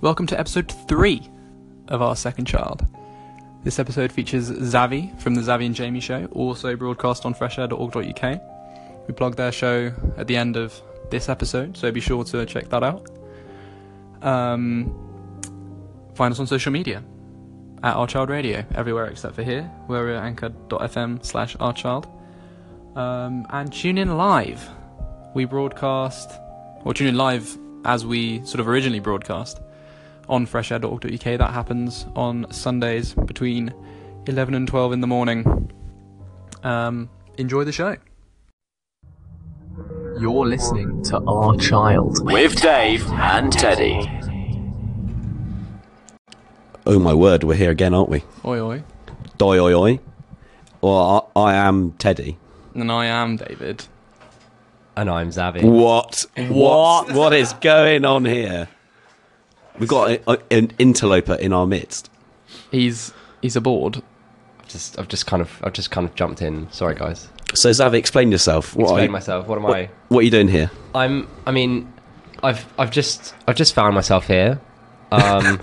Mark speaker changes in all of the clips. Speaker 1: Welcome to episode three of Our Second Child. This episode features Zavi from the Zavi and Jamie show, also broadcast on freshair.org.uk. We plug their show at the end of this episode, so be sure to check that out. Um, find us on social media at Our Child Radio, everywhere except for here, where we're at anchor.fm slash Our Child. Um, and tune in live. We broadcast, or tune in live as we sort of originally broadcast on freshair.org.uk. That happens on Sundays between 11 and 12 in the morning. Um, enjoy the show.
Speaker 2: You're listening to Our Child with Dave and Teddy.
Speaker 3: Oh my word, we're here again, aren't we?
Speaker 1: Oi, oi.
Speaker 3: Doi oi oi. Well, I, I am Teddy.
Speaker 1: And I am David.
Speaker 4: And I'm Zavi.
Speaker 3: What? What? what is going on here? We've got a, a- an interloper in our midst.
Speaker 1: He's he's aboard.
Speaker 4: I've just, I've just kind of, I've just kind of jumped in. Sorry, guys.
Speaker 3: So, Zav, explain yourself. What,
Speaker 4: Explain
Speaker 3: are, you-
Speaker 4: myself. What am I?
Speaker 3: what are you doing here?
Speaker 4: I'm. I mean, I've, I've just, I've just found myself here. Um,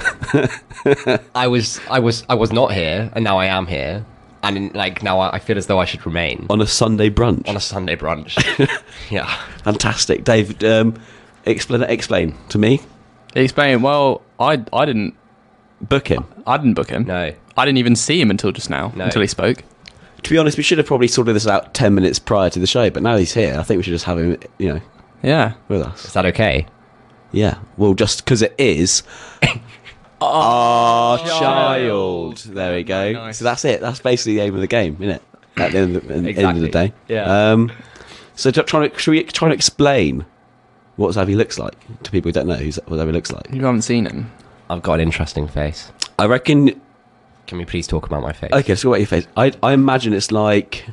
Speaker 4: I was, I was, I was not here, and now I am here, and like now I, I feel as though I should remain
Speaker 3: On a Sunday brunch.
Speaker 4: on a Sunday brunch. yeah.
Speaker 3: Fantastic. Dave, um, explain, explain to me.
Speaker 1: Explain. Well, I I didn't
Speaker 3: Book him.
Speaker 1: I didn't book him.
Speaker 4: No.
Speaker 1: I didn't even see him until just now.
Speaker 4: No.
Speaker 1: Until he spoke.
Speaker 3: To be honest, we should have probably sorted this out 10 minutes prior to the show, but now he's here, I think we should just have him, you know,
Speaker 1: Yeah.
Speaker 3: with us.
Speaker 4: Is that okay?
Speaker 3: Yeah. Well, just because it is. Our child. There we go.
Speaker 1: Nice.
Speaker 3: So that's it. That's basically the aim of the game, isn't it? At the end of the, at the end of the
Speaker 4: Exactly.
Speaker 3: day.
Speaker 4: Yeah.
Speaker 3: Um, so t- trying to should we try to explain what Xavi looks like to people who don't know who Z- what Xavi looks like?
Speaker 1: You haven't seen him.
Speaker 4: I've got an interesting face.
Speaker 3: I reckon.
Speaker 4: Can we please talk about my face?
Speaker 3: Okay, so what your face? I I imagine it's like.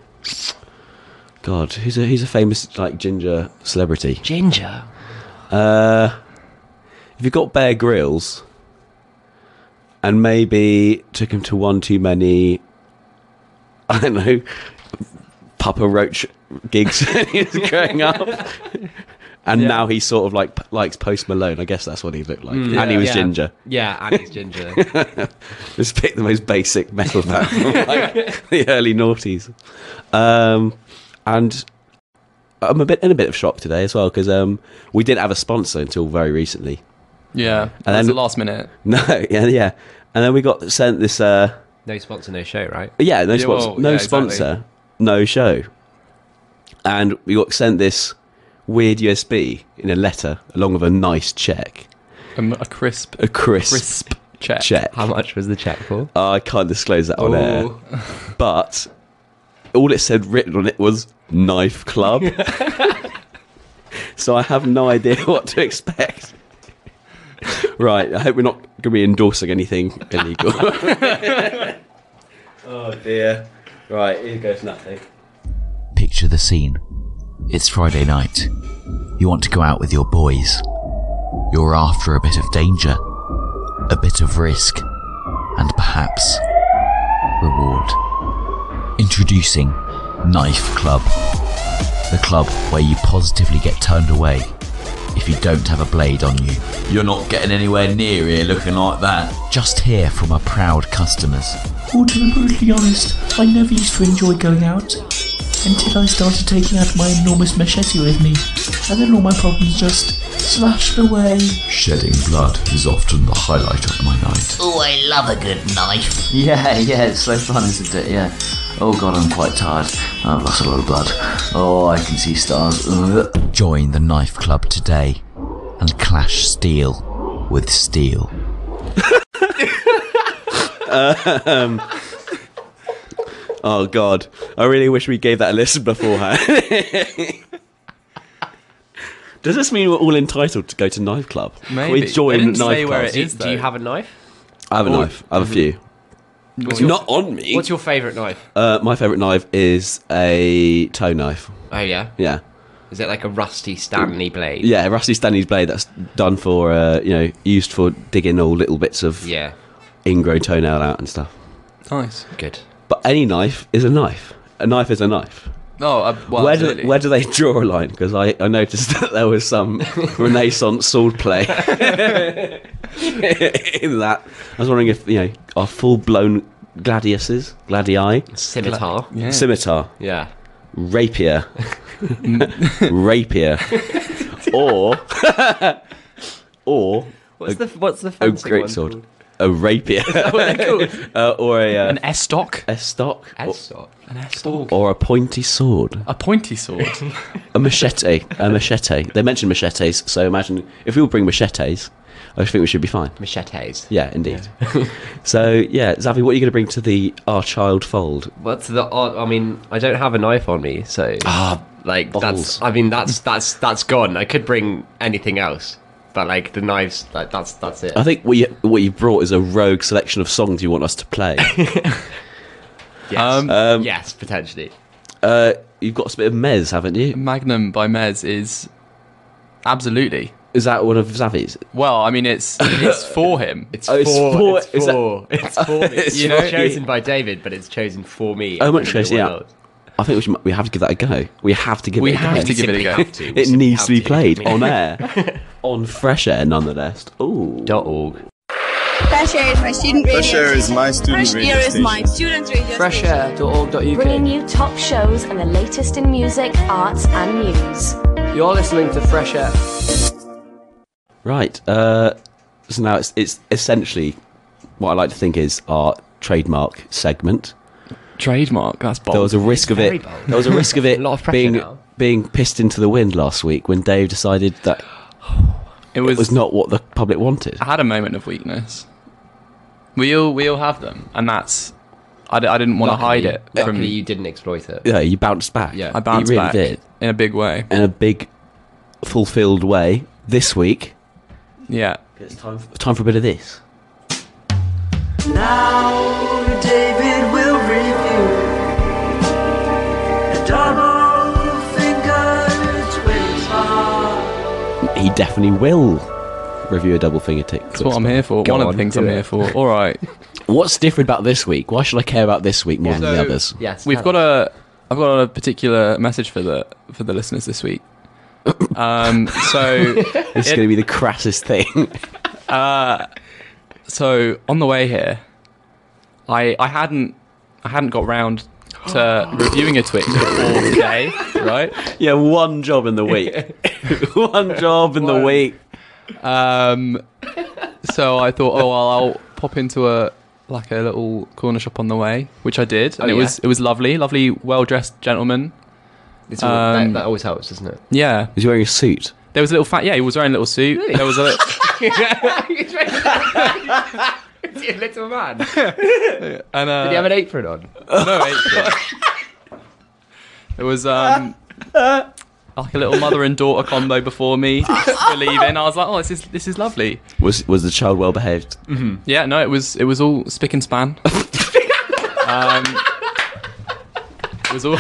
Speaker 3: God, who's a who's a famous like ginger celebrity?
Speaker 4: Ginger.
Speaker 3: If you've got Bear Grylls, and maybe took him to one too many, I don't know, Papa Roach gigs when he was growing up, and now he sort of like p- likes Post Malone. I guess that's what he looked like, and he was
Speaker 4: Yeah.
Speaker 3: ginger.
Speaker 4: Yeah, Annie's ginger.
Speaker 3: Let's pick the most basic metal band from like, the early noughties. Um, and I'm a bit in a bit of shock today as well because um, we didn't have a sponsor until very recently.
Speaker 1: Yeah. And
Speaker 3: then-
Speaker 1: the last minute.
Speaker 3: No, yeah, yeah. And then we got sent this. Uh,
Speaker 4: no sponsor, no show, right?
Speaker 3: yeah, no
Speaker 1: Yeah, well,
Speaker 3: sponsor, no
Speaker 1: yeah, exactly.
Speaker 3: sponsor, no show. And we got sent this weird USB in a letter, along with a nice check,
Speaker 1: Um, a crisp
Speaker 3: a crisp,
Speaker 1: crisp check.
Speaker 3: check.
Speaker 4: How much was the check for?
Speaker 3: I can't disclose
Speaker 4: Oh,
Speaker 3: that on air,
Speaker 1: Oh,
Speaker 4: Ooh.
Speaker 3: but all it said written on it was "Knife Club." so I have no idea what to expect. Right, I hope we're not going to be endorsing anything illegal. oh dear. Right, here goes nothing.
Speaker 5: Picture the scene. It's Friday night. You want to go out with your boys. You're after a bit of danger, a bit of risk, and perhaps reward. Introducing Knife Club, the club where you positively get turned away if you don't have a blade on you. You're not getting anywhere near here looking like that. Just hear from our proud customers.
Speaker 6: Or to be brutally honest, I never used to enjoy going out until I started taking out my enormous machete with me, and then all my problems just slashed away.
Speaker 5: Shedding blood is often the highlight of my night. Oh, I love a good knife. Yeah, yeah, it's so fun, isn't it? Yeah. Oh god, I'm quite tired. I've lost a lot of blood. Oh, I can see stars. Ugh. Join the knife club today and clash steel with steel.
Speaker 3: Oh god, I really wish we gave that a listen beforehand. Does this mean we're all entitled to go to knife club? Can
Speaker 1: Maybe.
Speaker 3: we
Speaker 1: They
Speaker 3: join
Speaker 1: didn't
Speaker 3: knife
Speaker 1: say
Speaker 3: club.
Speaker 1: where it
Speaker 4: Do,
Speaker 1: is,
Speaker 4: do you
Speaker 1: though.
Speaker 4: have a knife?
Speaker 3: I have a knife. I have a few.
Speaker 1: What's
Speaker 3: It's
Speaker 1: your-
Speaker 3: not on me.
Speaker 4: What's your favourite knife?
Speaker 3: uh, my favourite knife is a toe knife.
Speaker 4: Oh yeah,
Speaker 3: Yeah,
Speaker 4: is it like a rusty Stanley blade?
Speaker 3: yeah, a rusty Stanley's blade that's done for uh, you know used for digging all little bits of
Speaker 4: Yeah,
Speaker 3: ingrown toenail out and stuff.
Speaker 1: Nice.
Speaker 4: good.
Speaker 3: But any knife is a knife. A knife is a knife.
Speaker 1: Oh, uh, well,
Speaker 3: where
Speaker 1: absolutely.
Speaker 3: do, where do they draw a line? Because I, I noticed that there was some Renaissance swordplay in that. I was wondering if you know are full blown gladiuses, gladii,
Speaker 4: Scimitar.
Speaker 1: Yeah.
Speaker 3: scimitar,
Speaker 4: Yeah.
Speaker 3: rapier, rapier, or or
Speaker 4: What's the what's the
Speaker 3: a
Speaker 4: fancy
Speaker 3: great sword, a rapier, uh, or a, uh,
Speaker 1: an estoc?
Speaker 3: a stock, or,
Speaker 1: An estoc.
Speaker 3: or a pointy sword.
Speaker 1: A pointy sword.
Speaker 3: A machete. A machete. They mentioned machetes, so imagine if we all bring machetes, I think we should be fine.
Speaker 4: Machetes.
Speaker 3: Yeah, indeed. so yeah, Zavi, what are you going to bring to the our child fold?
Speaker 4: What's the odd? I mean, I don't have a knife on me, so
Speaker 3: Ah,
Speaker 4: like
Speaker 3: balls.
Speaker 4: that's. I mean, that's that's that's gone. I could bring anything else, but like the knives, like that's that's it.
Speaker 3: I think what you what you brought is a rogue selection of songs you want us to play.
Speaker 4: Yes,
Speaker 1: Um,
Speaker 4: yes, potentially.
Speaker 3: uh, you've got a bit of Mez, haven't you?
Speaker 1: Magnum by Mez is absolutely.
Speaker 3: Is that one of Zavi's?
Speaker 1: Well, I mean, it's it's for him.
Speaker 4: It's
Speaker 3: Oh, it's
Speaker 4: for,
Speaker 3: for-
Speaker 4: it's
Speaker 3: is that-
Speaker 4: for, it's for me.
Speaker 3: It's
Speaker 4: you know,
Speaker 3: for
Speaker 4: chosen
Speaker 3: you.
Speaker 4: by David, but it's chosen for me.
Speaker 3: Oh, much
Speaker 4: in the
Speaker 3: chosen, yeah.
Speaker 4: world.
Speaker 3: I think we, should, we have to give that a go. We have to give
Speaker 1: We
Speaker 3: it. a
Speaker 1: have
Speaker 3: go.
Speaker 1: to give it a
Speaker 4: Simply
Speaker 1: go.
Speaker 4: have to. We
Speaker 3: It
Speaker 4: simply
Speaker 3: needs
Speaker 4: have
Speaker 3: to be played
Speaker 4: I mean,
Speaker 3: on air, on fresh air, nonetheless. Ooh,
Speaker 4: dot org.
Speaker 7: Fresh Air is my student radio
Speaker 8: Fresh air is my student
Speaker 7: Fresh
Speaker 8: radio
Speaker 7: Air is
Speaker 8: station.
Speaker 7: my student radio
Speaker 9: Fresh
Speaker 7: station.
Speaker 9: Air.org.uk.
Speaker 10: Bringing you top shows and the latest in music, arts, and news.
Speaker 9: You're listening to Fresh Air.
Speaker 3: Right. Uh, so now it's it's essentially what I like to think is our trademark segment.
Speaker 1: Trademark. That's bold.
Speaker 3: There was a risk of
Speaker 4: very
Speaker 3: it.
Speaker 4: bold.
Speaker 3: There was a risk of it
Speaker 4: A lot of pressure
Speaker 3: being
Speaker 4: now.
Speaker 3: being pissed into the wind last week when Dave decided that
Speaker 1: it was.
Speaker 3: it was not what the public wanted.
Speaker 1: I had a moment of weakness. We all we all have them, and that's. I, d- I didn't want to hide it
Speaker 4: Luckily,
Speaker 1: from
Speaker 4: you didn't exploit it.
Speaker 3: Yeah, you bounced back.
Speaker 4: Yeah.
Speaker 1: I bounced
Speaker 3: you really
Speaker 1: back
Speaker 3: did
Speaker 1: in a big way.
Speaker 3: in a big, fulfilled way this week.
Speaker 1: Yeah.
Speaker 3: It's time for, time for a bit of this.
Speaker 11: Now David will review a double finger Twitter.
Speaker 3: He definitely will review a double finger tick.
Speaker 1: That's what I'm here for.
Speaker 4: Go
Speaker 1: One of
Speaker 4: on,
Speaker 1: the things
Speaker 4: do
Speaker 1: I'm
Speaker 4: it.
Speaker 1: here for. All right.
Speaker 3: What's different about this week? Why should I care about this week more than the others?
Speaker 4: Yes,
Speaker 1: We've got a. I've got a particular message for the for the listeners this week. Um. So.
Speaker 3: This is
Speaker 1: It-
Speaker 3: going to be the crassest thing.
Speaker 1: so on the way here, I I hadn't I hadn't got round to reviewing a Twix before today, right?
Speaker 3: yeah, one job in the week. one job in the week.
Speaker 1: Um, so I thought, oh, well, I'll pop into a like a little corner shop on the way, which I did, and
Speaker 4: Oh,
Speaker 1: it
Speaker 4: yeah?
Speaker 1: was it was lovely, lovely, well dressed gentleman.
Speaker 4: It's all, that-
Speaker 1: um,
Speaker 4: that, always helps, doesn't it?
Speaker 1: Yeah,
Speaker 3: He's wearing a suit.
Speaker 1: there was a little fat. Yeah, he was wearing a little suit. There was a li-
Speaker 4: You little man. Did
Speaker 1: and uh,
Speaker 4: he have an apron on? Oh,
Speaker 1: no, it, it was um like a little mother and daughter combo before me for leaving. I was like, oh, this is this is lovely.
Speaker 3: Was was the child well behaved?
Speaker 1: Yeah, no, it was it was all spick and span. um, it was all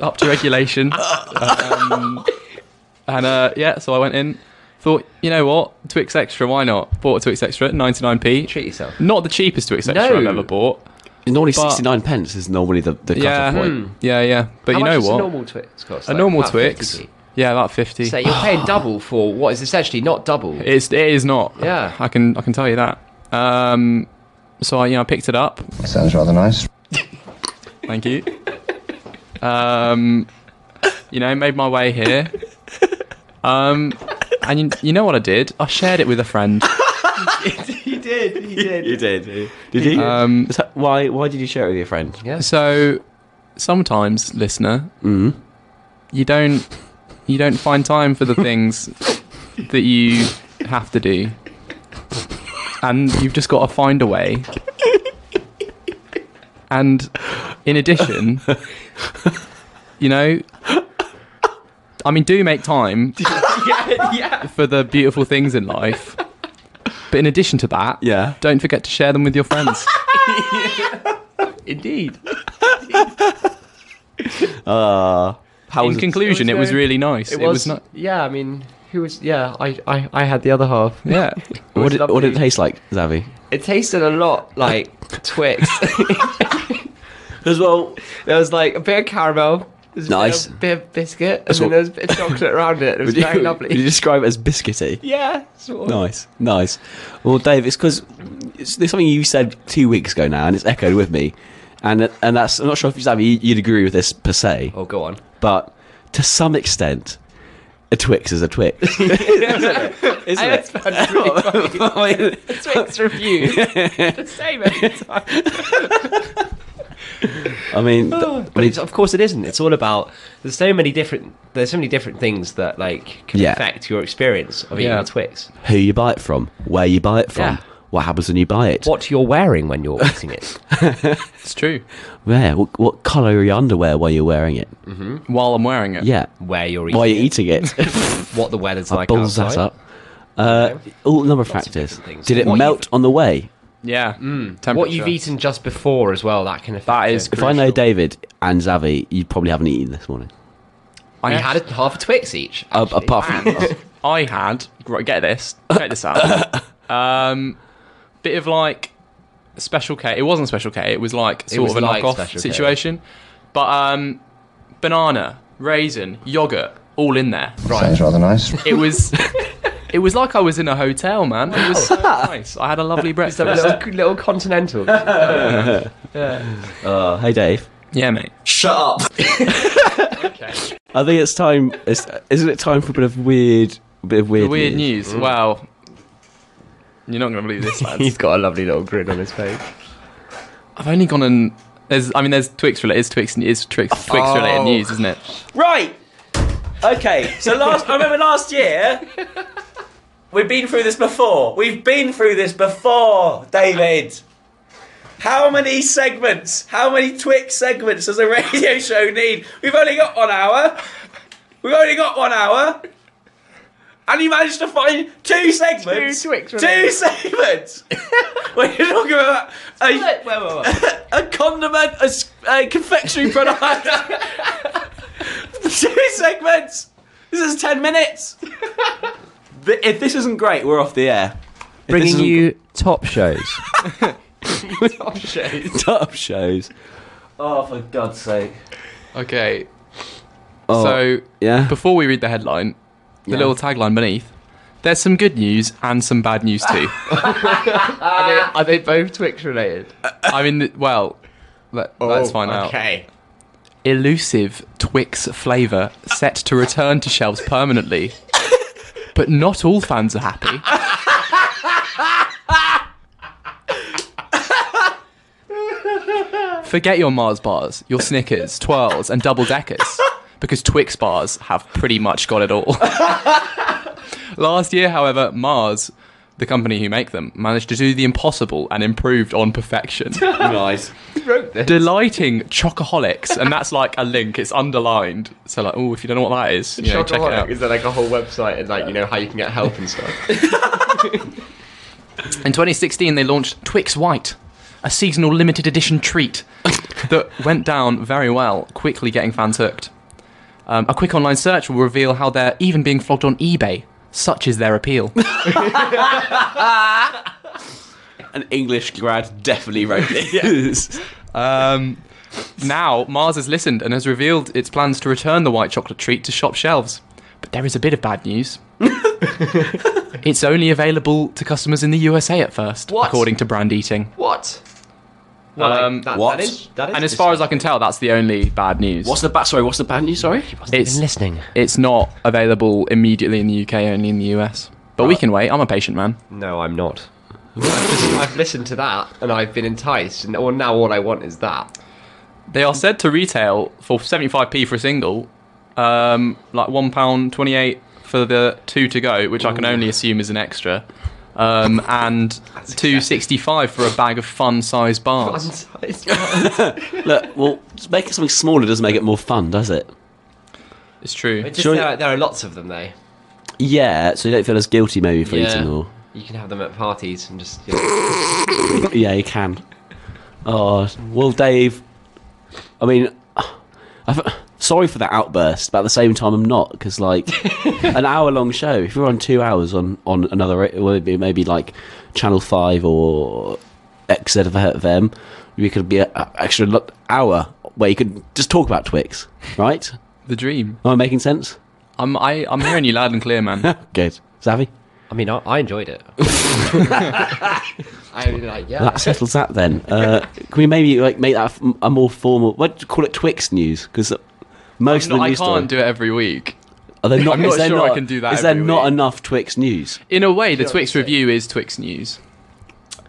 Speaker 1: up to regulation. Um, and uh, yeah, so I went in, thought, you know what, Twix Extra, why not? Bought a Twix Extra at 99p.
Speaker 4: Treat yourself.
Speaker 1: Not the cheapest Twix Extra I've
Speaker 4: No.
Speaker 1: ever bought.
Speaker 3: Normally
Speaker 1: But-
Speaker 3: sixty nine pence is normally the, the cut
Speaker 1: Yeah,
Speaker 3: off point.
Speaker 1: yeah, yeah. But
Speaker 4: How
Speaker 1: you
Speaker 4: much
Speaker 1: know
Speaker 4: does
Speaker 1: what?
Speaker 4: A normal Twix cost.
Speaker 1: A normal Twix. Yeah, about 50.
Speaker 4: So you're paying double for what is essentially not double.
Speaker 1: It's it is not.
Speaker 4: Yeah.
Speaker 1: I can I can tell you that. Um, so I you know I picked it up.
Speaker 8: Sounds rather nice.
Speaker 1: Thank you. um, you know, made my way here. Um, and you, you know what I did? I shared it with a friend.
Speaker 3: You did. Did you?
Speaker 1: Um,
Speaker 3: Is that- why why did you share it with your friend?
Speaker 4: Yeah.
Speaker 1: So sometimes, listener,
Speaker 3: Mm-hmm.
Speaker 1: you don't you don't find time for the things that you have to do, and you've just got to find a way. And in addition, you know, I mean, do make time for the beautiful things in life. But in addition to that,
Speaker 3: Yeah.
Speaker 1: don't forget to share them with your friends.
Speaker 4: Indeed.
Speaker 3: Uh, How
Speaker 1: in
Speaker 3: was it?
Speaker 1: conclusion, it
Speaker 4: it
Speaker 1: was,
Speaker 4: was very-
Speaker 1: really nice. It was, not.
Speaker 4: Yeah, I mean, who was? Yeah, I, I, I had the other half.
Speaker 1: Yeah.
Speaker 3: What did, what did it
Speaker 4: lovely.
Speaker 3: taste like, Zavi?
Speaker 4: It tasted a lot like Twix.
Speaker 3: as well.
Speaker 12: There was like a bit of caramel. There's
Speaker 3: Nice.
Speaker 12: A bit of- bit of biscuit, and
Speaker 3: That's
Speaker 12: then
Speaker 3: what-
Speaker 12: there was a bit of chocolate around it. It was
Speaker 13: Would you-
Speaker 12: very
Speaker 13: Would you
Speaker 12: lovely.
Speaker 13: describe it as biscuity?
Speaker 12: Yeah, sort of.
Speaker 3: Nice, nice. Well, Dave, it's because it's, there's something you said two weeks ago now, and it's echoed with me, and and that's I'm not sure if you, Sammy, you'd agree with this per se.
Speaker 4: Oh, go on.
Speaker 3: But to some extent, a Twix is a Twix.
Speaker 12: Isn't it? It's funny. Twix review. the same every time.
Speaker 3: I mean,
Speaker 4: Oh, but it's, of course it isn't. It's all about there's so many different there's so many different things that like can
Speaker 3: Yeah.
Speaker 4: affect your experience of eating
Speaker 3: Yeah.
Speaker 4: a Twix.
Speaker 3: Who you buy it from, where you buy it from,
Speaker 4: Yeah.
Speaker 3: what happens when you buy it,
Speaker 4: what you're wearing when you're eating it.
Speaker 1: it's true.
Speaker 3: Yeah, what, what color are your underwear while you're wearing it?
Speaker 1: Mm-hmm. While I'm wearing it.
Speaker 3: Yeah,
Speaker 4: Where you're eating
Speaker 3: while you're eating it.
Speaker 4: what the weather's
Speaker 3: I
Speaker 4: like
Speaker 3: balls that
Speaker 4: outside.
Speaker 3: up. Uh, All number of factors. Did it
Speaker 4: What
Speaker 3: melt on the way?
Speaker 1: Yeah. Mm.
Speaker 4: What you've eaten just before as well, that can affect That is
Speaker 3: If I know David and Zavi, you probably haven't eaten this morning.
Speaker 4: I had a, half a Twix each.
Speaker 3: Uh, apart from
Speaker 1: I had right, get this, check this out. Um, bit of like special K. It wasn't special K. It was like
Speaker 4: It
Speaker 1: sort
Speaker 4: was
Speaker 1: of a
Speaker 4: like
Speaker 1: knockoff
Speaker 4: Special K.
Speaker 1: situation. But um, banana, raisin, yogurt, all in there.
Speaker 8: Sounds rather nice.
Speaker 1: It was. It was like I was in a hotel, man. It was so nice. I had a lovely breakfast.
Speaker 4: a little, little continental.
Speaker 1: Yeah.
Speaker 3: Uh, hey, Dave.
Speaker 1: Yeah, mate.
Speaker 3: Shut up. I think it's time. It's, isn't it time for a bit of weird, bit of
Speaker 1: The
Speaker 3: weird,
Speaker 1: weird news.
Speaker 3: Mm.
Speaker 1: Wow. You're not going to believe this, lads.
Speaker 4: He's got a lovely little grin on his face.
Speaker 1: I've only gone and there's. I mean, there's Twix related. It's Twix. It's Twix. Twix related
Speaker 3: Oh.
Speaker 1: news, isn't it?
Speaker 13: Right. Okay. So last, I remember last year. We've been through this before. We've been through this before, David. How many segments? How many Twix segments does a radio show need? We've only got one hour. We've only got one hour. And you managed to find two segments.
Speaker 12: Two Twix
Speaker 13: Two
Speaker 12: related.
Speaker 13: segments. when you're talking about a, a condiment, a, s- a confectionery product. two segments. This is ten minutes. Th- if this isn't great, we're off the air. If this
Speaker 4: Bringing
Speaker 13: isn't-
Speaker 4: you top shows.
Speaker 13: top shows.
Speaker 3: Top shows. Oh, for God's sake.
Speaker 1: Okay.
Speaker 3: Oh,
Speaker 1: so
Speaker 3: yeah.
Speaker 1: before we read the headline, the
Speaker 3: Yeah.
Speaker 1: little tagline beneath, there's some good news and some bad news too.
Speaker 12: are, they, are they both Twix related?
Speaker 1: I mean, th- well, let, let's
Speaker 12: Oh,
Speaker 1: find out.
Speaker 12: okay.
Speaker 1: Elusive Twix flavour set to return to shelves permanently, but not all fans are happy. Forget your Mars bars, your Snickers, twirls, and double deckers, because Twix bars have pretty much got it all. Last year, however, Mars, the company who make them, managed to do the impossible and improved on perfection.
Speaker 3: nice.
Speaker 1: Delighting chocoholics, and that's like a link. It's underlined. So like, oh, if you don't know what that is, you know, check it
Speaker 12: Chocoholic,
Speaker 1: out.
Speaker 12: Is there like a whole website and like you know how you can get help and stuff?
Speaker 1: In 2016, they launched Twix White, a seasonal limited edition treat that went down very well, quickly getting fans hooked. Um, a quick online search will reveal how they're even being flogged on eBay. Such is their appeal.
Speaker 3: An English grad definitely wrote this.
Speaker 1: um, now, Mars has listened and has revealed its plans to return the white chocolate treat to shop shelves. But there is a bit of bad news. it's only available to customers in the USA at first,
Speaker 12: What?
Speaker 1: according to Brand Eating.
Speaker 12: What?
Speaker 1: Um,
Speaker 12: what? that is- that is
Speaker 1: and as far as I can tell, that's the only bad news.
Speaker 3: What's the bad? Sorry, what's the bad news? Sorry,
Speaker 1: It's
Speaker 4: listening.
Speaker 1: It's not available immediately in the UK, only in the US. But we can wait. I'm a patient man.
Speaker 4: No, I'm not.
Speaker 12: I've listened to that and I've been enticed, and well, now all I want is that.
Speaker 1: They are said to retail for 75p for a single, um, like one pound 28 for the two to go, which I can only assume is an extra, um, and 265 for a bag of fun-sized bars.
Speaker 3: Look, well, just making something smaller doesn't make it more fun, does it?
Speaker 1: It's true.
Speaker 4: It's just
Speaker 3: Surely-
Speaker 4: there, are- there are lots of them though.
Speaker 3: Yeah, so you don't feel as guilty maybe for eating all.
Speaker 4: You can have them at parties and just. You know.
Speaker 3: yeah, you can. Oh well, Dave. I mean, I f- sorry for that outburst, but at the same time, I'm not because like an hour long show. If you're on two hours on on another, ra- well, it'd be maybe like Channel Five or X Z of them, we could be an extra lo- hour where you could just talk about Twix, right?
Speaker 1: The dream.
Speaker 3: Am I making sense?
Speaker 1: I'm I, I'm hearing you loud and clear, man.
Speaker 3: Good. Savvy?
Speaker 4: I mean, I, I enjoyed it. I mean, like, yeah.
Speaker 3: That settles that then. Uh, can we maybe like make that a f- a more formal? What do you call it? Twix news because most
Speaker 1: No,
Speaker 3: of the
Speaker 1: I
Speaker 3: news
Speaker 1: can't
Speaker 3: story.
Speaker 1: do it every week.
Speaker 3: Are there not?
Speaker 1: I'm
Speaker 3: is
Speaker 1: not
Speaker 3: there
Speaker 1: sure
Speaker 3: not-
Speaker 1: I can do that.
Speaker 3: Is there
Speaker 1: every
Speaker 3: not
Speaker 1: week.
Speaker 3: enough Twix news?
Speaker 1: In a way, the Twix review is Twix news.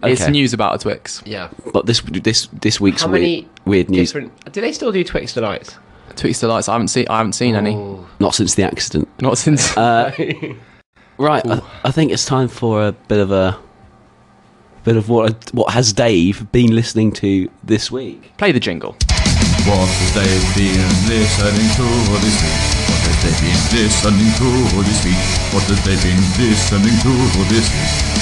Speaker 1: It's
Speaker 3: Okay.
Speaker 1: news about a Twix.
Speaker 4: Yeah.
Speaker 3: But this this this week's
Speaker 4: How
Speaker 3: weird,
Speaker 4: many
Speaker 3: weird news.
Speaker 4: different? Do they still do Twix delights?
Speaker 1: Twix delights. I haven't seen. I haven't seen any.
Speaker 3: Not since the accident.
Speaker 1: Not since.
Speaker 3: Uh, right. I, I think it's time for a bit of a bit of what what has Dave been listening to this week?
Speaker 1: Play the jingle.
Speaker 14: What has they been listening to this week? What has they been listening to this week? What has they been listening to this week?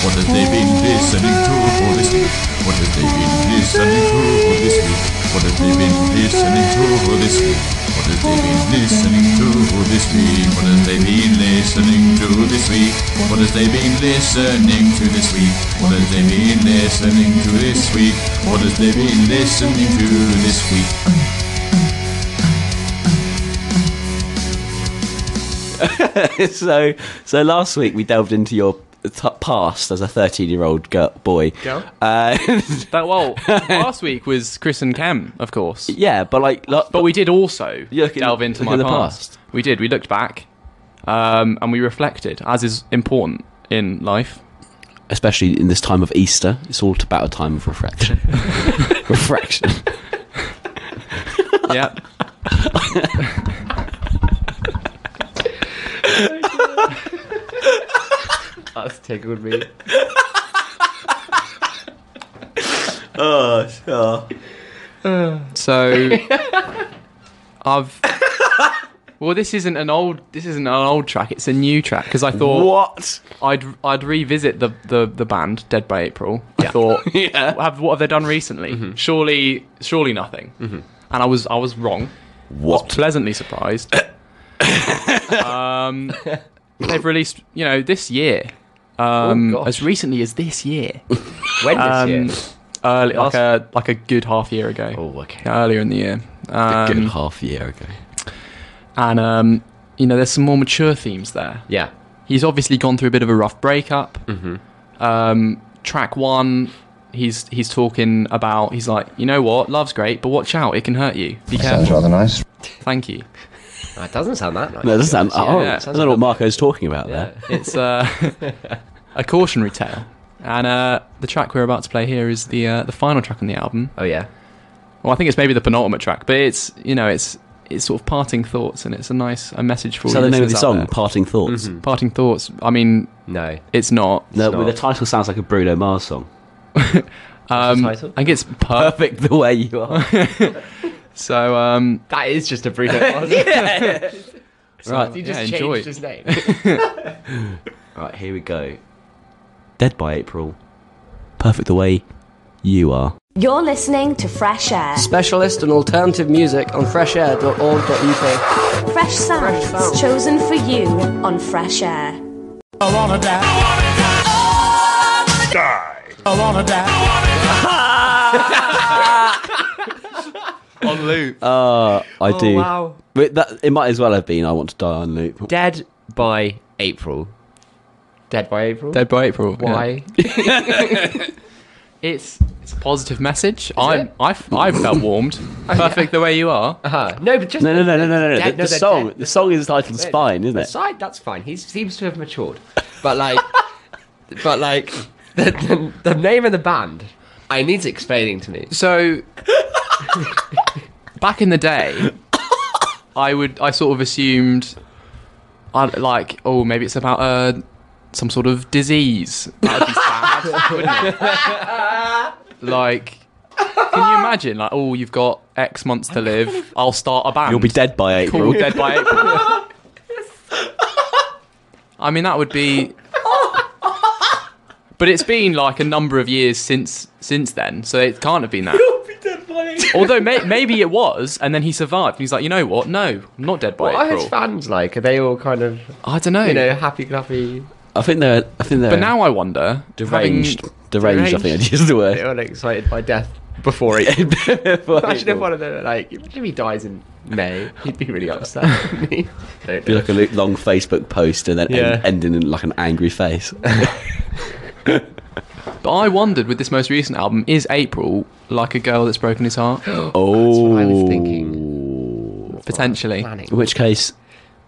Speaker 14: What has they been listening to this week? What has they been listening to this week? What has they been listening to this week? What has they been listening to this week? What has they been listening to this week? What has they been listening to this week? What has they been listening to this week? What has they been listening to this week? What has they been listening to this week?
Speaker 3: so so last week we delved into your t- past as a 13 year old girl, boy.
Speaker 1: Girl?
Speaker 3: Uh,
Speaker 1: that well, last week was Chris and Cam, of course.
Speaker 3: Yeah, but like,
Speaker 1: but we did also delve into
Speaker 3: look
Speaker 1: my
Speaker 3: in the
Speaker 1: past. We did. We looked back, um, and we reflected, as is important in life.
Speaker 3: especially in this time of Easter, it's all about a time of reflection. refraction.
Speaker 1: yeah.
Speaker 4: That's tickled me.
Speaker 13: Oh, sure.
Speaker 1: So I've. Well, this isn't an old. This isn't an old track. It's a new track because I thought
Speaker 3: what
Speaker 1: I'd I'd revisit the the, the band Dead by April. I thought, have what have they done recently? Surely, surely nothing. And I was I was wrong.
Speaker 3: What?
Speaker 1: was pleasantly surprised. um, they've released you know this year, um,
Speaker 12: gosh.
Speaker 1: as recently as this year.
Speaker 12: When this
Speaker 1: Um,
Speaker 12: year?
Speaker 1: early- like a
Speaker 12: Last-
Speaker 1: like a good half year ago. Oh,
Speaker 3: okay.
Speaker 1: Earlier in the year.
Speaker 3: A good
Speaker 1: Um,
Speaker 3: half year ago.
Speaker 1: and um, you know, there's some more mature themes there.
Speaker 4: Yeah.
Speaker 1: He's obviously gone through a bit of a rough breakup.
Speaker 3: Mm-hmm.
Speaker 1: Um, track one, he's he's talking about he's like, you know what, love's great, but watch out, it can hurt you. Be
Speaker 8: That sounds
Speaker 1: careful.
Speaker 8: rather nice.
Speaker 1: Thank you.
Speaker 4: That doesn't sound that nice.
Speaker 3: No, it doesn't sound.
Speaker 1: Yeah.
Speaker 3: Oh,
Speaker 1: Yeah.
Speaker 3: I don't know what Marco's talking about there.
Speaker 1: It's uh, a cautionary tale, and uh, the track we're about to play here is the uh, the final track on the album.
Speaker 4: Oh yeah.
Speaker 1: Well, I think it's maybe the penultimate track, but it's you know it's it's sort of parting thoughts, and it's a nice a message for.
Speaker 3: Is
Speaker 1: all
Speaker 3: that
Speaker 1: you
Speaker 3: the name of the
Speaker 1: listeners out
Speaker 3: song?
Speaker 1: there.
Speaker 3: Parting Thoughts.
Speaker 1: Parting thoughts. I mean,
Speaker 4: no,
Speaker 1: it's not.
Speaker 3: No, but the title sounds like a Bruno Mars song.
Speaker 1: Um, I think it's perfect
Speaker 3: the way you are.
Speaker 1: so um,
Speaker 4: that is just a Bruno Mars.
Speaker 12: Yeah.
Speaker 3: Right.
Speaker 4: He just
Speaker 1: Yeah,
Speaker 4: changed
Speaker 1: enjoy.
Speaker 4: his name.
Speaker 3: Right, here we go. Dead by April. Perfect the way you are.
Speaker 10: You're listening to Fresh Air.
Speaker 9: Specialist and alternative music on freshair.org.uk.
Speaker 10: Fresh sounds, chosen for you on Fresh Air.
Speaker 11: I wanna die. I wanna
Speaker 1: on loop.
Speaker 3: Uh, I
Speaker 4: Oh,
Speaker 3: do.
Speaker 4: wow.
Speaker 3: But that, it might as well have been I Want to Die on Loop.
Speaker 4: Dead by April. Dead by April.
Speaker 1: Dead by April. yeah.
Speaker 4: Why?
Speaker 1: It's it's a positive message. I I I felt warmed. Perfect the way you are.
Speaker 4: Uh-huh. No, but just
Speaker 3: No, no, no, no, no, no.
Speaker 4: Dead-
Speaker 3: the the
Speaker 4: they're
Speaker 3: song,
Speaker 4: dead.
Speaker 3: the song is titled
Speaker 4: Dead.
Speaker 3: Spine, isn't it?
Speaker 4: Aside, that's fine. He seems to have matured, but like, but like, the, the, the name of the band, I needs explaining to me.
Speaker 1: So back in the day, I would I sort of assumed, I like oh maybe it's about uh some sort of disease. That'd be sad, wouldn't it? Like, can you imagine? Like, oh, you've got X months to live. I'll start a band.
Speaker 3: You'll be dead by April.
Speaker 1: Cool, dead by April. I mean, that would be. But it's been like a number of years since since then, so it can't have been that. Although may- maybe it was, and then he survived. And he's like, you know what? No, I'm not dead by
Speaker 4: What are
Speaker 1: April.
Speaker 4: his fans like? Are they all kind of
Speaker 1: I don't know.
Speaker 4: you know happy clappy?
Speaker 3: I think they're. I think they're.
Speaker 1: But now I wonder.
Speaker 3: deranged.
Speaker 1: having-
Speaker 3: deranged. I think I'd use the word.
Speaker 12: They were like, excited by death before it. Imagine if one of them like if he dies in May, he'd be really upset. wouldn't he? Don't
Speaker 3: Be like a lo- long Facebook post and then
Speaker 1: Yeah.
Speaker 3: end, ending in like an angry face.
Speaker 1: But I wondered with this most recent album, is April like a girl that's broken his heart?
Speaker 3: oh,
Speaker 1: potentially.
Speaker 3: in which case,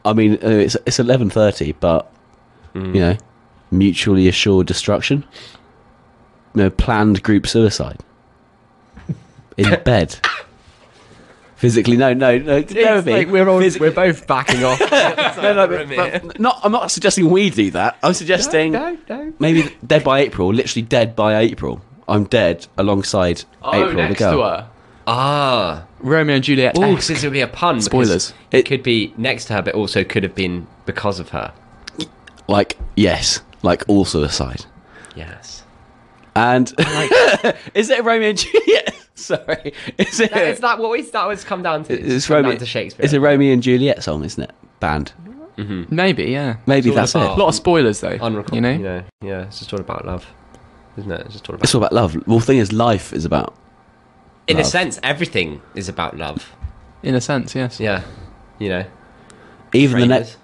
Speaker 3: I mean, uh, it's it's eleven thirty, but you know, mutually assured destruction. No planned group suicide in bed. Physically, no, no, no. bear with me.
Speaker 12: like we're all, we're both backing off. no, no, but,
Speaker 3: Not, I'm not suggesting we do that. I'm suggesting
Speaker 12: no, no.
Speaker 3: maybe dead by April, literally dead by April. I'm dead alongside
Speaker 12: Oh,
Speaker 1: Oh,
Speaker 3: April, the girl.
Speaker 4: Ah.
Speaker 1: Romeo and Juliet.
Speaker 4: Oh, because it would be a pun. because
Speaker 3: Spoilers.
Speaker 4: It could be next to her, but also could have been because of her.
Speaker 3: Like, yes, like all suicide.
Speaker 4: Yes.
Speaker 3: And is it Romeo and Juliet? Sorry, is it?
Speaker 12: That, is that what we that was come down to?
Speaker 3: it's,
Speaker 12: come
Speaker 3: Romeo.
Speaker 12: down to Shakespeare.
Speaker 3: It's a Romeo and Juliet song, isn't it? Band.
Speaker 1: Mm-hmm. Maybe, yeah.
Speaker 3: Maybe that's it.
Speaker 1: A lot of spoilers though. you know.
Speaker 4: Yeah, yeah. It's just all about love, isn't it? It's just all about.
Speaker 3: It's all about love. Well, the thing is, life is about.
Speaker 4: In a
Speaker 3: love.
Speaker 4: sense, everything is about love.
Speaker 1: In a sense, yes.
Speaker 4: Yeah. You know,
Speaker 3: Even the next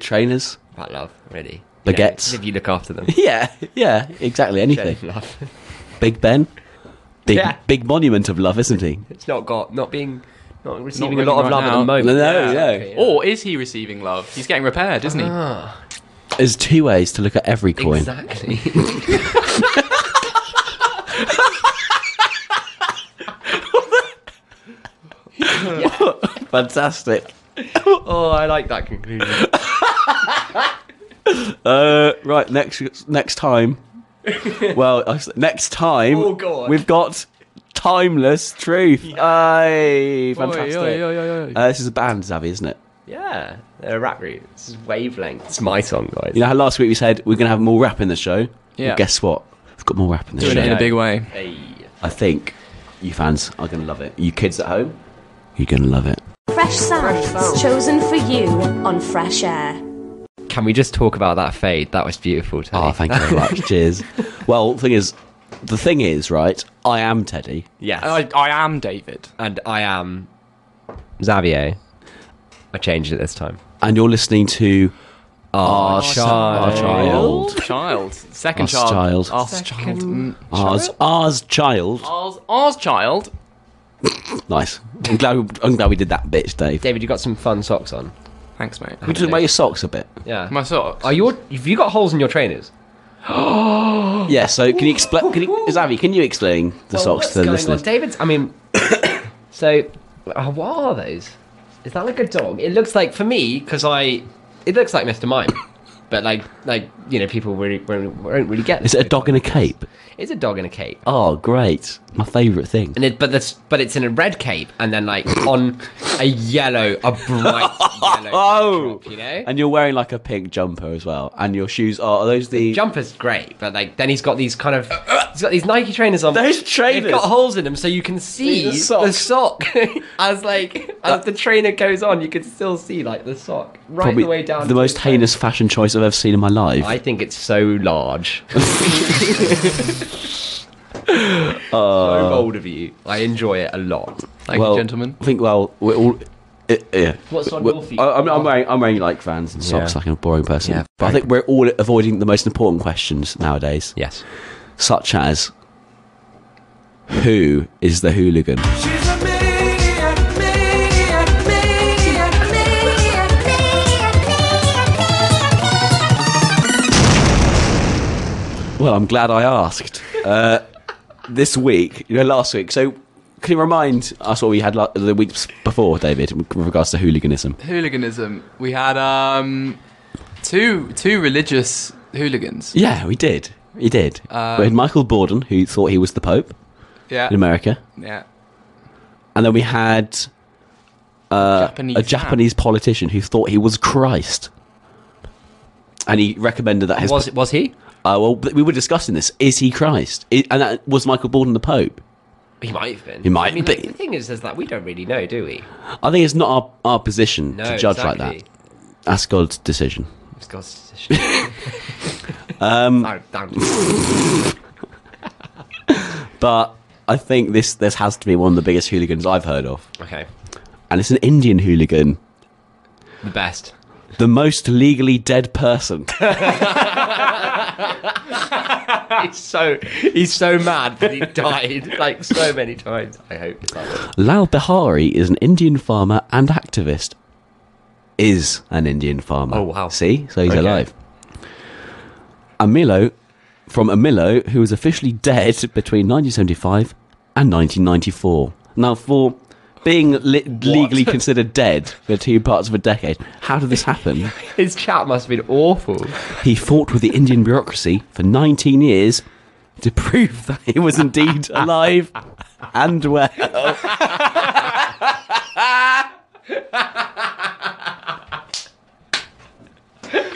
Speaker 3: trainers.
Speaker 4: about love, really. You know,
Speaker 3: Baguettes.
Speaker 4: if you look after them.
Speaker 3: Yeah, yeah, exactly. Anything.
Speaker 4: love.
Speaker 3: Big Ben. Big,
Speaker 4: Yeah.
Speaker 3: big monument of love, isn't he?
Speaker 4: It's not got not being not receiving
Speaker 1: really
Speaker 4: a lot of
Speaker 1: right
Speaker 4: love at
Speaker 1: now.
Speaker 4: the moment.
Speaker 3: No, no.
Speaker 1: Or is he receiving love? He's getting repaired, isn't he?
Speaker 3: There's two ways to look at every coin.
Speaker 4: Exactly.
Speaker 3: Fantastic.
Speaker 4: oh, I like that conclusion.
Speaker 3: Uh, right, next next time. well, I s- next time
Speaker 4: Oh, God.
Speaker 3: we've got timeless truth. Aye, fantastic.
Speaker 4: oi, oi, oi, oi.
Speaker 3: Uh, this is a band, Zavi, isn't it?
Speaker 4: Yeah, they're a rap group. This is wavelength. It's my song, guys.
Speaker 3: You know how last week we said we're gonna have more rap in the show.
Speaker 4: Yeah.
Speaker 3: Well, guess what? We've got more rap in the
Speaker 1: Doing
Speaker 3: show
Speaker 1: it in a big way.
Speaker 3: I think you fans are gonna love it. You kids at home, you're gonna love it.
Speaker 10: Fresh sounds chosen for you on Fresh Air.
Speaker 4: Can we just talk about that fade? That was beautiful. Teddy.
Speaker 3: Oh, thank you very much. Cheers. Well, thing is, the thing is, right? I am Teddy.
Speaker 4: Yes.
Speaker 1: I, I am David.
Speaker 4: And I am Xavier. I changed it this time.
Speaker 3: and you're listening to
Speaker 4: Our Child.
Speaker 3: Our Child.
Speaker 1: Child. Second
Speaker 3: Us
Speaker 1: child.
Speaker 3: child.
Speaker 1: Ours child. Mm.
Speaker 3: Ours, ours Child.
Speaker 1: Ours, ours child.
Speaker 3: Nice. I'm glad, I'm glad we did that bit, Dave.
Speaker 4: David, you got some fun socks on.
Speaker 1: Thanks, mate.
Speaker 3: We just wear your socks a bit.
Speaker 4: Yeah.
Speaker 1: My socks.
Speaker 4: Are your have you got holes in your trainers?
Speaker 3: Yeah, so can you explain, can you, Zavi, can you explain the
Speaker 4: Well,
Speaker 3: socks
Speaker 4: what's
Speaker 3: to the
Speaker 4: going
Speaker 3: listeners?
Speaker 4: on? David's. I mean, so uh, what are those? Is that like a dog? It looks like for me because I. It looks like Mr. Mime, but like like you know people really, really won't really get.
Speaker 3: Is it a dog in a cape?
Speaker 4: It's a dog in a cape.
Speaker 3: Oh, great. My favourite thing.
Speaker 4: And it, but that's but it's in a red cape, and then like on a yellow, a bright yellow.
Speaker 3: Oh!
Speaker 4: you know?
Speaker 3: And you're wearing like a pink jumper as well. And your shoes are, are those the.
Speaker 4: Jumper's great, but like then he's got these kind of he's got these Nike trainers on.
Speaker 3: Those
Speaker 4: They've
Speaker 3: trainers!
Speaker 4: got holes in them, so you can see
Speaker 3: the
Speaker 4: the
Speaker 3: socks.
Speaker 4: sock. as like as the trainer goes on, you can still see like the sock right
Speaker 3: probably
Speaker 4: the way down.
Speaker 3: the
Speaker 4: to
Speaker 3: most heinous fashion choice I've ever seen in my life.
Speaker 4: I think it's so large.
Speaker 3: Uh,
Speaker 4: so bold of you. I enjoy it a lot.
Speaker 1: Thank
Speaker 3: well,
Speaker 1: you, gentlemen.
Speaker 3: I think well, we're all. i yeah.
Speaker 4: What's on
Speaker 3: We're-
Speaker 4: your feet?
Speaker 3: I, I'm, I'm wearing I'm wearing like Vans and socks
Speaker 4: Yeah.
Speaker 3: like I'm a boring person.
Speaker 4: Yeah,
Speaker 3: but I think we're all avoiding the most important questions nowadays.
Speaker 4: Yes.
Speaker 3: Such as, who is the hooligan? Well, I'm glad I asked. Uh, this week, you know, last week. So, can you remind us what we had la- the weeks before, David, with regards to hooliganism?
Speaker 1: Hooliganism. We had um two two religious hooligans.
Speaker 3: Yeah, we did. We did.
Speaker 1: Um,
Speaker 3: we had Michael Borden, who thought he was the Pope
Speaker 1: Yeah.
Speaker 3: in America,
Speaker 1: Yeah.
Speaker 3: and then we had uh,
Speaker 1: Japanese
Speaker 3: a
Speaker 1: man.
Speaker 3: Japanese politician who thought he was Christ, and he recommended that his
Speaker 4: Was was he?
Speaker 3: Uh, well, th- we were discussing this. Is he Christ? I and that, was Michael Borden the Pope?
Speaker 4: He might have been.
Speaker 3: He might
Speaker 4: I mean,
Speaker 3: be.
Speaker 4: like, the thing is, is that we don't really know, do we?
Speaker 3: I think it's not our, our position
Speaker 4: No,
Speaker 3: to judge like
Speaker 4: exactly.
Speaker 3: that. That's God's decision.
Speaker 12: It's God's decision.
Speaker 3: Um,
Speaker 12: No, don't.
Speaker 3: but I think this this has to be one of the biggest hooligans I've heard of.
Speaker 4: Okay.
Speaker 3: And it's an Indian hooligan,
Speaker 4: The best.
Speaker 3: the most legally dead person.
Speaker 12: he's so he's so mad that he died like so many times. I hope it's like
Speaker 3: Lal Bihari is an Indian farmer and activist. Is an Indian farmer. Oh wow! See, so he's
Speaker 12: Okay.
Speaker 3: alive. Amilo, from Amilo, who was officially dead between 1975 and 1994. Now, for being li- legally considered dead for two parts of a decade, how did this happen?
Speaker 12: his chat must have been awful.
Speaker 3: He fought with the Indian bureaucracy for 19 years to prove that he was indeed alive and well.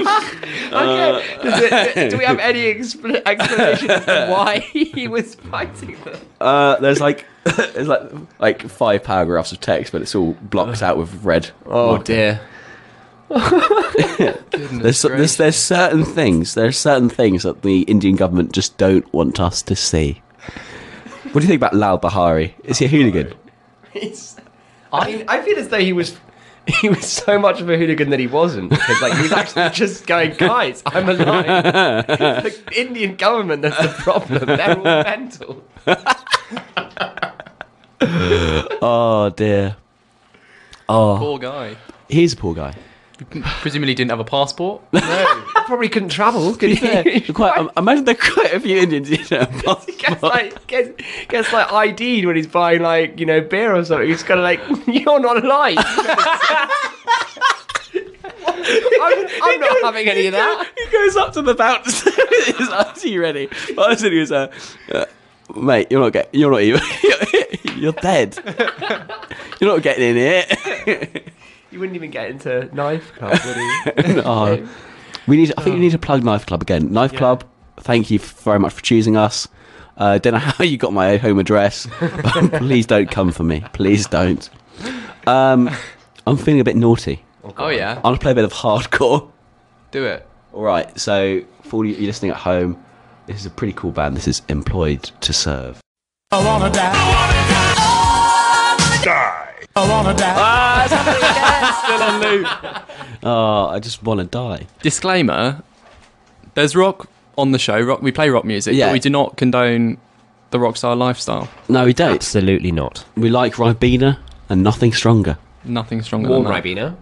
Speaker 12: okay. Does it, do we have any expl- explanation as to why he was fighting them?
Speaker 3: Uh, there's like there's like like five paragraphs of text, but it's all blocked out with red.
Speaker 12: Oh,
Speaker 3: dear. There's, there's there's certain things there's certain things that the Indian government just don't want us to see. What do you think about Lal Bahari? Is he a hooligan?
Speaker 12: It's, I mean, I feel as though he was he was so much of a hooligan that he wasn't. Because like he was actually just going, guys, I'm alive. the Indian government, that's the problem. They're all mental.
Speaker 3: oh dear. Oh,
Speaker 1: Poor guy.
Speaker 3: he's a poor guy.
Speaker 1: Presumably didn't have a passport.
Speaker 12: No, probably couldn't travel. Could
Speaker 3: Yeah,
Speaker 12: he?
Speaker 3: quite, I imagine there are quite a few Indians. You know, but-
Speaker 12: Gets like gets, gets like ID'd when he's buying like you know beer or something. He's kind of like you're not alive. I'm, I'm not having any of that.
Speaker 3: he goes up to the bounce. He's like, "Are you ready?" But I said he was, uh, uh, "Mate, you're not get, you're not even, you're dead. You're not getting in here."
Speaker 12: You wouldn't even get into knife club, would you?
Speaker 3: no. Oh. We need. I think we need to plug Knife Club again. Knife Club. Thank you very much for choosing us. Uh, don't know how you got my home address, but please don't come for me. Please don't. Um, I'm feeling a bit naughty.
Speaker 1: Oh yeah,
Speaker 3: I want to play a bit of hardcore.
Speaker 1: do it.
Speaker 3: All right, so for all you you're listening at home, this is a pretty cool band. This is Employed to Serve.
Speaker 11: I wanna die. I wanna die.
Speaker 1: Still on loop.
Speaker 3: Oh, I just want to die.
Speaker 1: Disclaimer: There's rock on the show. Rock. We play rock music,
Speaker 3: Yeah.
Speaker 1: but we do not condone the rock star lifestyle.
Speaker 3: No, we don't.
Speaker 4: Absolutely not.
Speaker 3: We like Ribena and nothing stronger.
Speaker 1: Nothing stronger
Speaker 4: Warm
Speaker 1: than that.
Speaker 4: Ribena.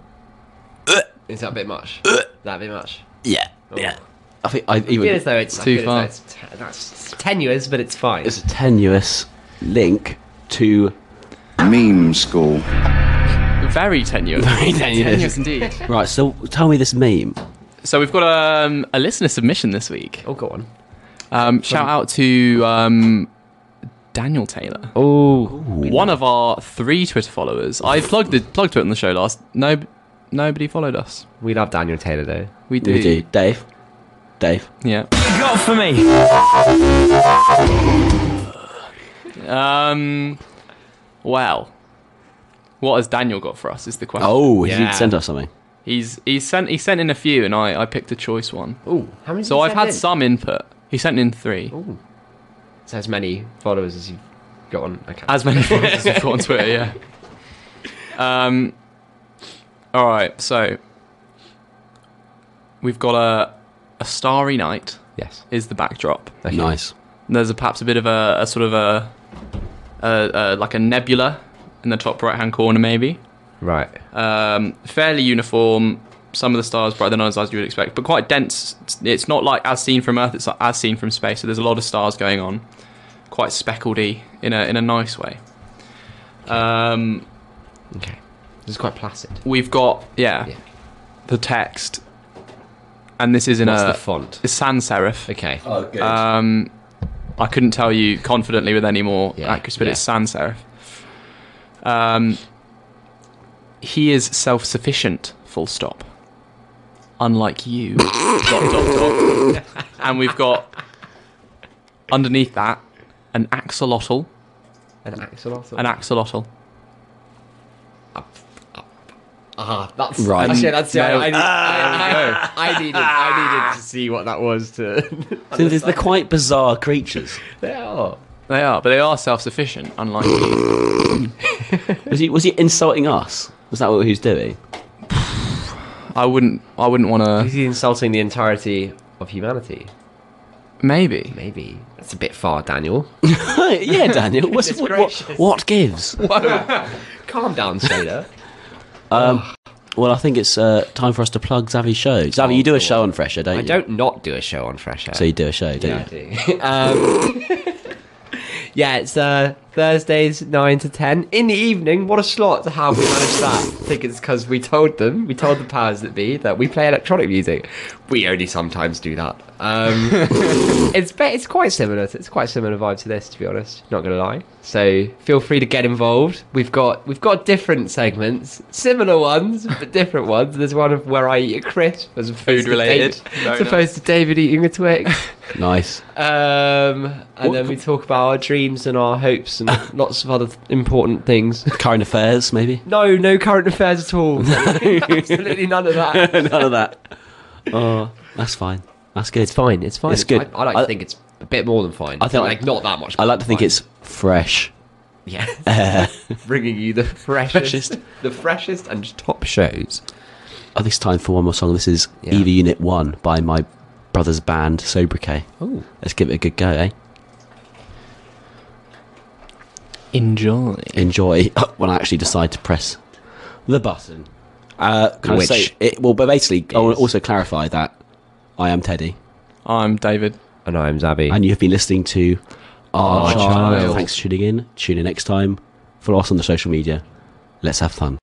Speaker 4: Uh. Is that a bit much? that a bit much.
Speaker 3: Yeah, yeah. I think I
Speaker 4: I
Speaker 3: even
Speaker 4: feel as though it's I
Speaker 1: Too
Speaker 4: feel as though it's te- that's tenuous, but it's fine.
Speaker 3: it's a tenuous link to
Speaker 8: Meme school.
Speaker 1: Very tenuous.
Speaker 3: Very tenuous.
Speaker 1: tenuous indeed.
Speaker 3: Right, so tell me this meme.
Speaker 1: So we've got um, a listener submission this week.
Speaker 4: oh, go on.
Speaker 1: Um, shout out to um, Daniel Taylor,
Speaker 4: Oh,
Speaker 1: one of our three Twitter followers. I plugged it, plugged to it on the show last. No, nobody followed us.
Speaker 4: we love Daniel Taylor though.
Speaker 1: We do.
Speaker 3: We do Dave. Dave.
Speaker 1: Yeah.
Speaker 11: Got for me.
Speaker 1: Um. Well, what has Daniel got for us? Is the question.
Speaker 3: Oh, he
Speaker 4: Yeah.
Speaker 3: did send us something.
Speaker 1: He's he's sent he sent in a few, and I I picked a choice one.
Speaker 4: Oh, how many?
Speaker 1: So
Speaker 4: did you
Speaker 1: I've
Speaker 4: send
Speaker 1: had
Speaker 4: in?
Speaker 1: some input. He sent in three.
Speaker 4: So as many followers as you've got on. Okay.
Speaker 1: As many followers as we've got on Twitter, yeah. Um, all right, so we've got a a starry night
Speaker 4: yes.
Speaker 1: is the backdrop.
Speaker 4: Okay.
Speaker 3: Nice.
Speaker 1: There's a, perhaps a bit of a, a sort of a, a, a like a nebula in the top right hand corner, maybe.
Speaker 4: Right.
Speaker 1: Um, fairly uniform. Some of the stars brighter than others, as you would expect, but quite dense. It's not like as seen from Earth; it's like as seen from space. So there's a lot of stars going on, quite speckledy in a in a nice way. Um,
Speaker 4: Okay. This is quite placid.
Speaker 1: we've got yeah,
Speaker 4: Yeah.
Speaker 1: the text, and this is in
Speaker 4: What's
Speaker 1: a
Speaker 4: the font?
Speaker 1: it's sans serif.
Speaker 4: Okay.
Speaker 3: Oh, good.
Speaker 1: Um, I couldn't tell you confidently with any more
Speaker 4: Yeah,
Speaker 1: accuracy, but it's
Speaker 4: yeah.
Speaker 1: sans serif. Um, he is self sufficient. Full stop. Unlike you. dot, dot, dot. And we've got underneath that an axolotl.
Speaker 4: An axolotl.
Speaker 1: An axolotl.
Speaker 4: Ah, that's
Speaker 3: Right.
Speaker 4: Actually, that's yeah,
Speaker 3: No.
Speaker 4: I, need,
Speaker 3: Ah.
Speaker 4: I, I, I needed, I needed to see what that was to.
Speaker 3: So there's- they're quite bizarre creatures.
Speaker 4: they are.
Speaker 1: They are, but they are self-sufficient, unlike you.
Speaker 3: was he was he insulting us? Was that what he was doing?
Speaker 1: I wouldn't. I wouldn't want to.
Speaker 4: Is he insulting the entirety of humanity?
Speaker 1: Maybe.
Speaker 4: Maybe. That's a bit far, Daniel.
Speaker 3: yeah, Daniel. What's,
Speaker 4: Goodness
Speaker 3: what, what,
Speaker 4: gracious.
Speaker 3: what gives?
Speaker 4: Whoa. Calm down, Slater.
Speaker 3: Um, well, I think it's uh, time for us to plug Xavi's show. Xavi, you do a show on Fresh Air, don't
Speaker 4: I
Speaker 3: you?
Speaker 4: don't not do a show on Fresh Air.
Speaker 3: So you do a show, don't
Speaker 4: yeah,
Speaker 3: you?
Speaker 4: I do. um, yeah, it's uh, Thursdays nine to ten in the evening. What a slot to have! We managed that. I think it's because we told them, we told the powers that be, that we play electronic music. We only sometimes do that. Um, it's ba- it's quite similar. To, it's quite similar vibe to this, to be honest. Not gonna lie. So feel free to get involved. We've got we've got different segments, similar ones, but different ones. There's one of where I eat a crisp as opposed to
Speaker 1: Food-related.
Speaker 4: David-
Speaker 1: Very
Speaker 4: as opposed to David eating a Twix.
Speaker 3: Nice.
Speaker 4: Um, and then we talk about our dreams and our hopes and lots of other th- important things.
Speaker 3: Current affairs, maybe.
Speaker 4: No, no current affairs at all. Absolutely none of that.
Speaker 3: None of that. Oh, that's fine. That's good. It's
Speaker 4: fine. It's fine.
Speaker 3: It's good.
Speaker 4: I, I like to think it's a bit more than fine.
Speaker 3: I think-
Speaker 4: like not that much.
Speaker 3: I like to think it's fresh.
Speaker 4: Yeah.
Speaker 3: air.
Speaker 4: bringing you the freshest, the freshest and top shows.
Speaker 3: I think it's time for one more song. Oh, This is
Speaker 4: Yeah.
Speaker 3: Eva Unit 1 by my brother's band, Sobriquet.
Speaker 4: Ooh.
Speaker 3: Let's give it a good go, eh?
Speaker 1: Enjoy.
Speaker 3: Enjoy when I actually decide to press the button. Uh, can
Speaker 1: Which
Speaker 3: I say it? Well, but basically, I want to also clarify that I am Teddy.
Speaker 1: I'm David.
Speaker 4: And I'm Zabby.
Speaker 3: And you have been listening to Our,
Speaker 1: Our
Speaker 3: Child.
Speaker 1: Child.
Speaker 3: Thanks for tuning in. Tune in next time. Follow us on the social media. Let's have fun.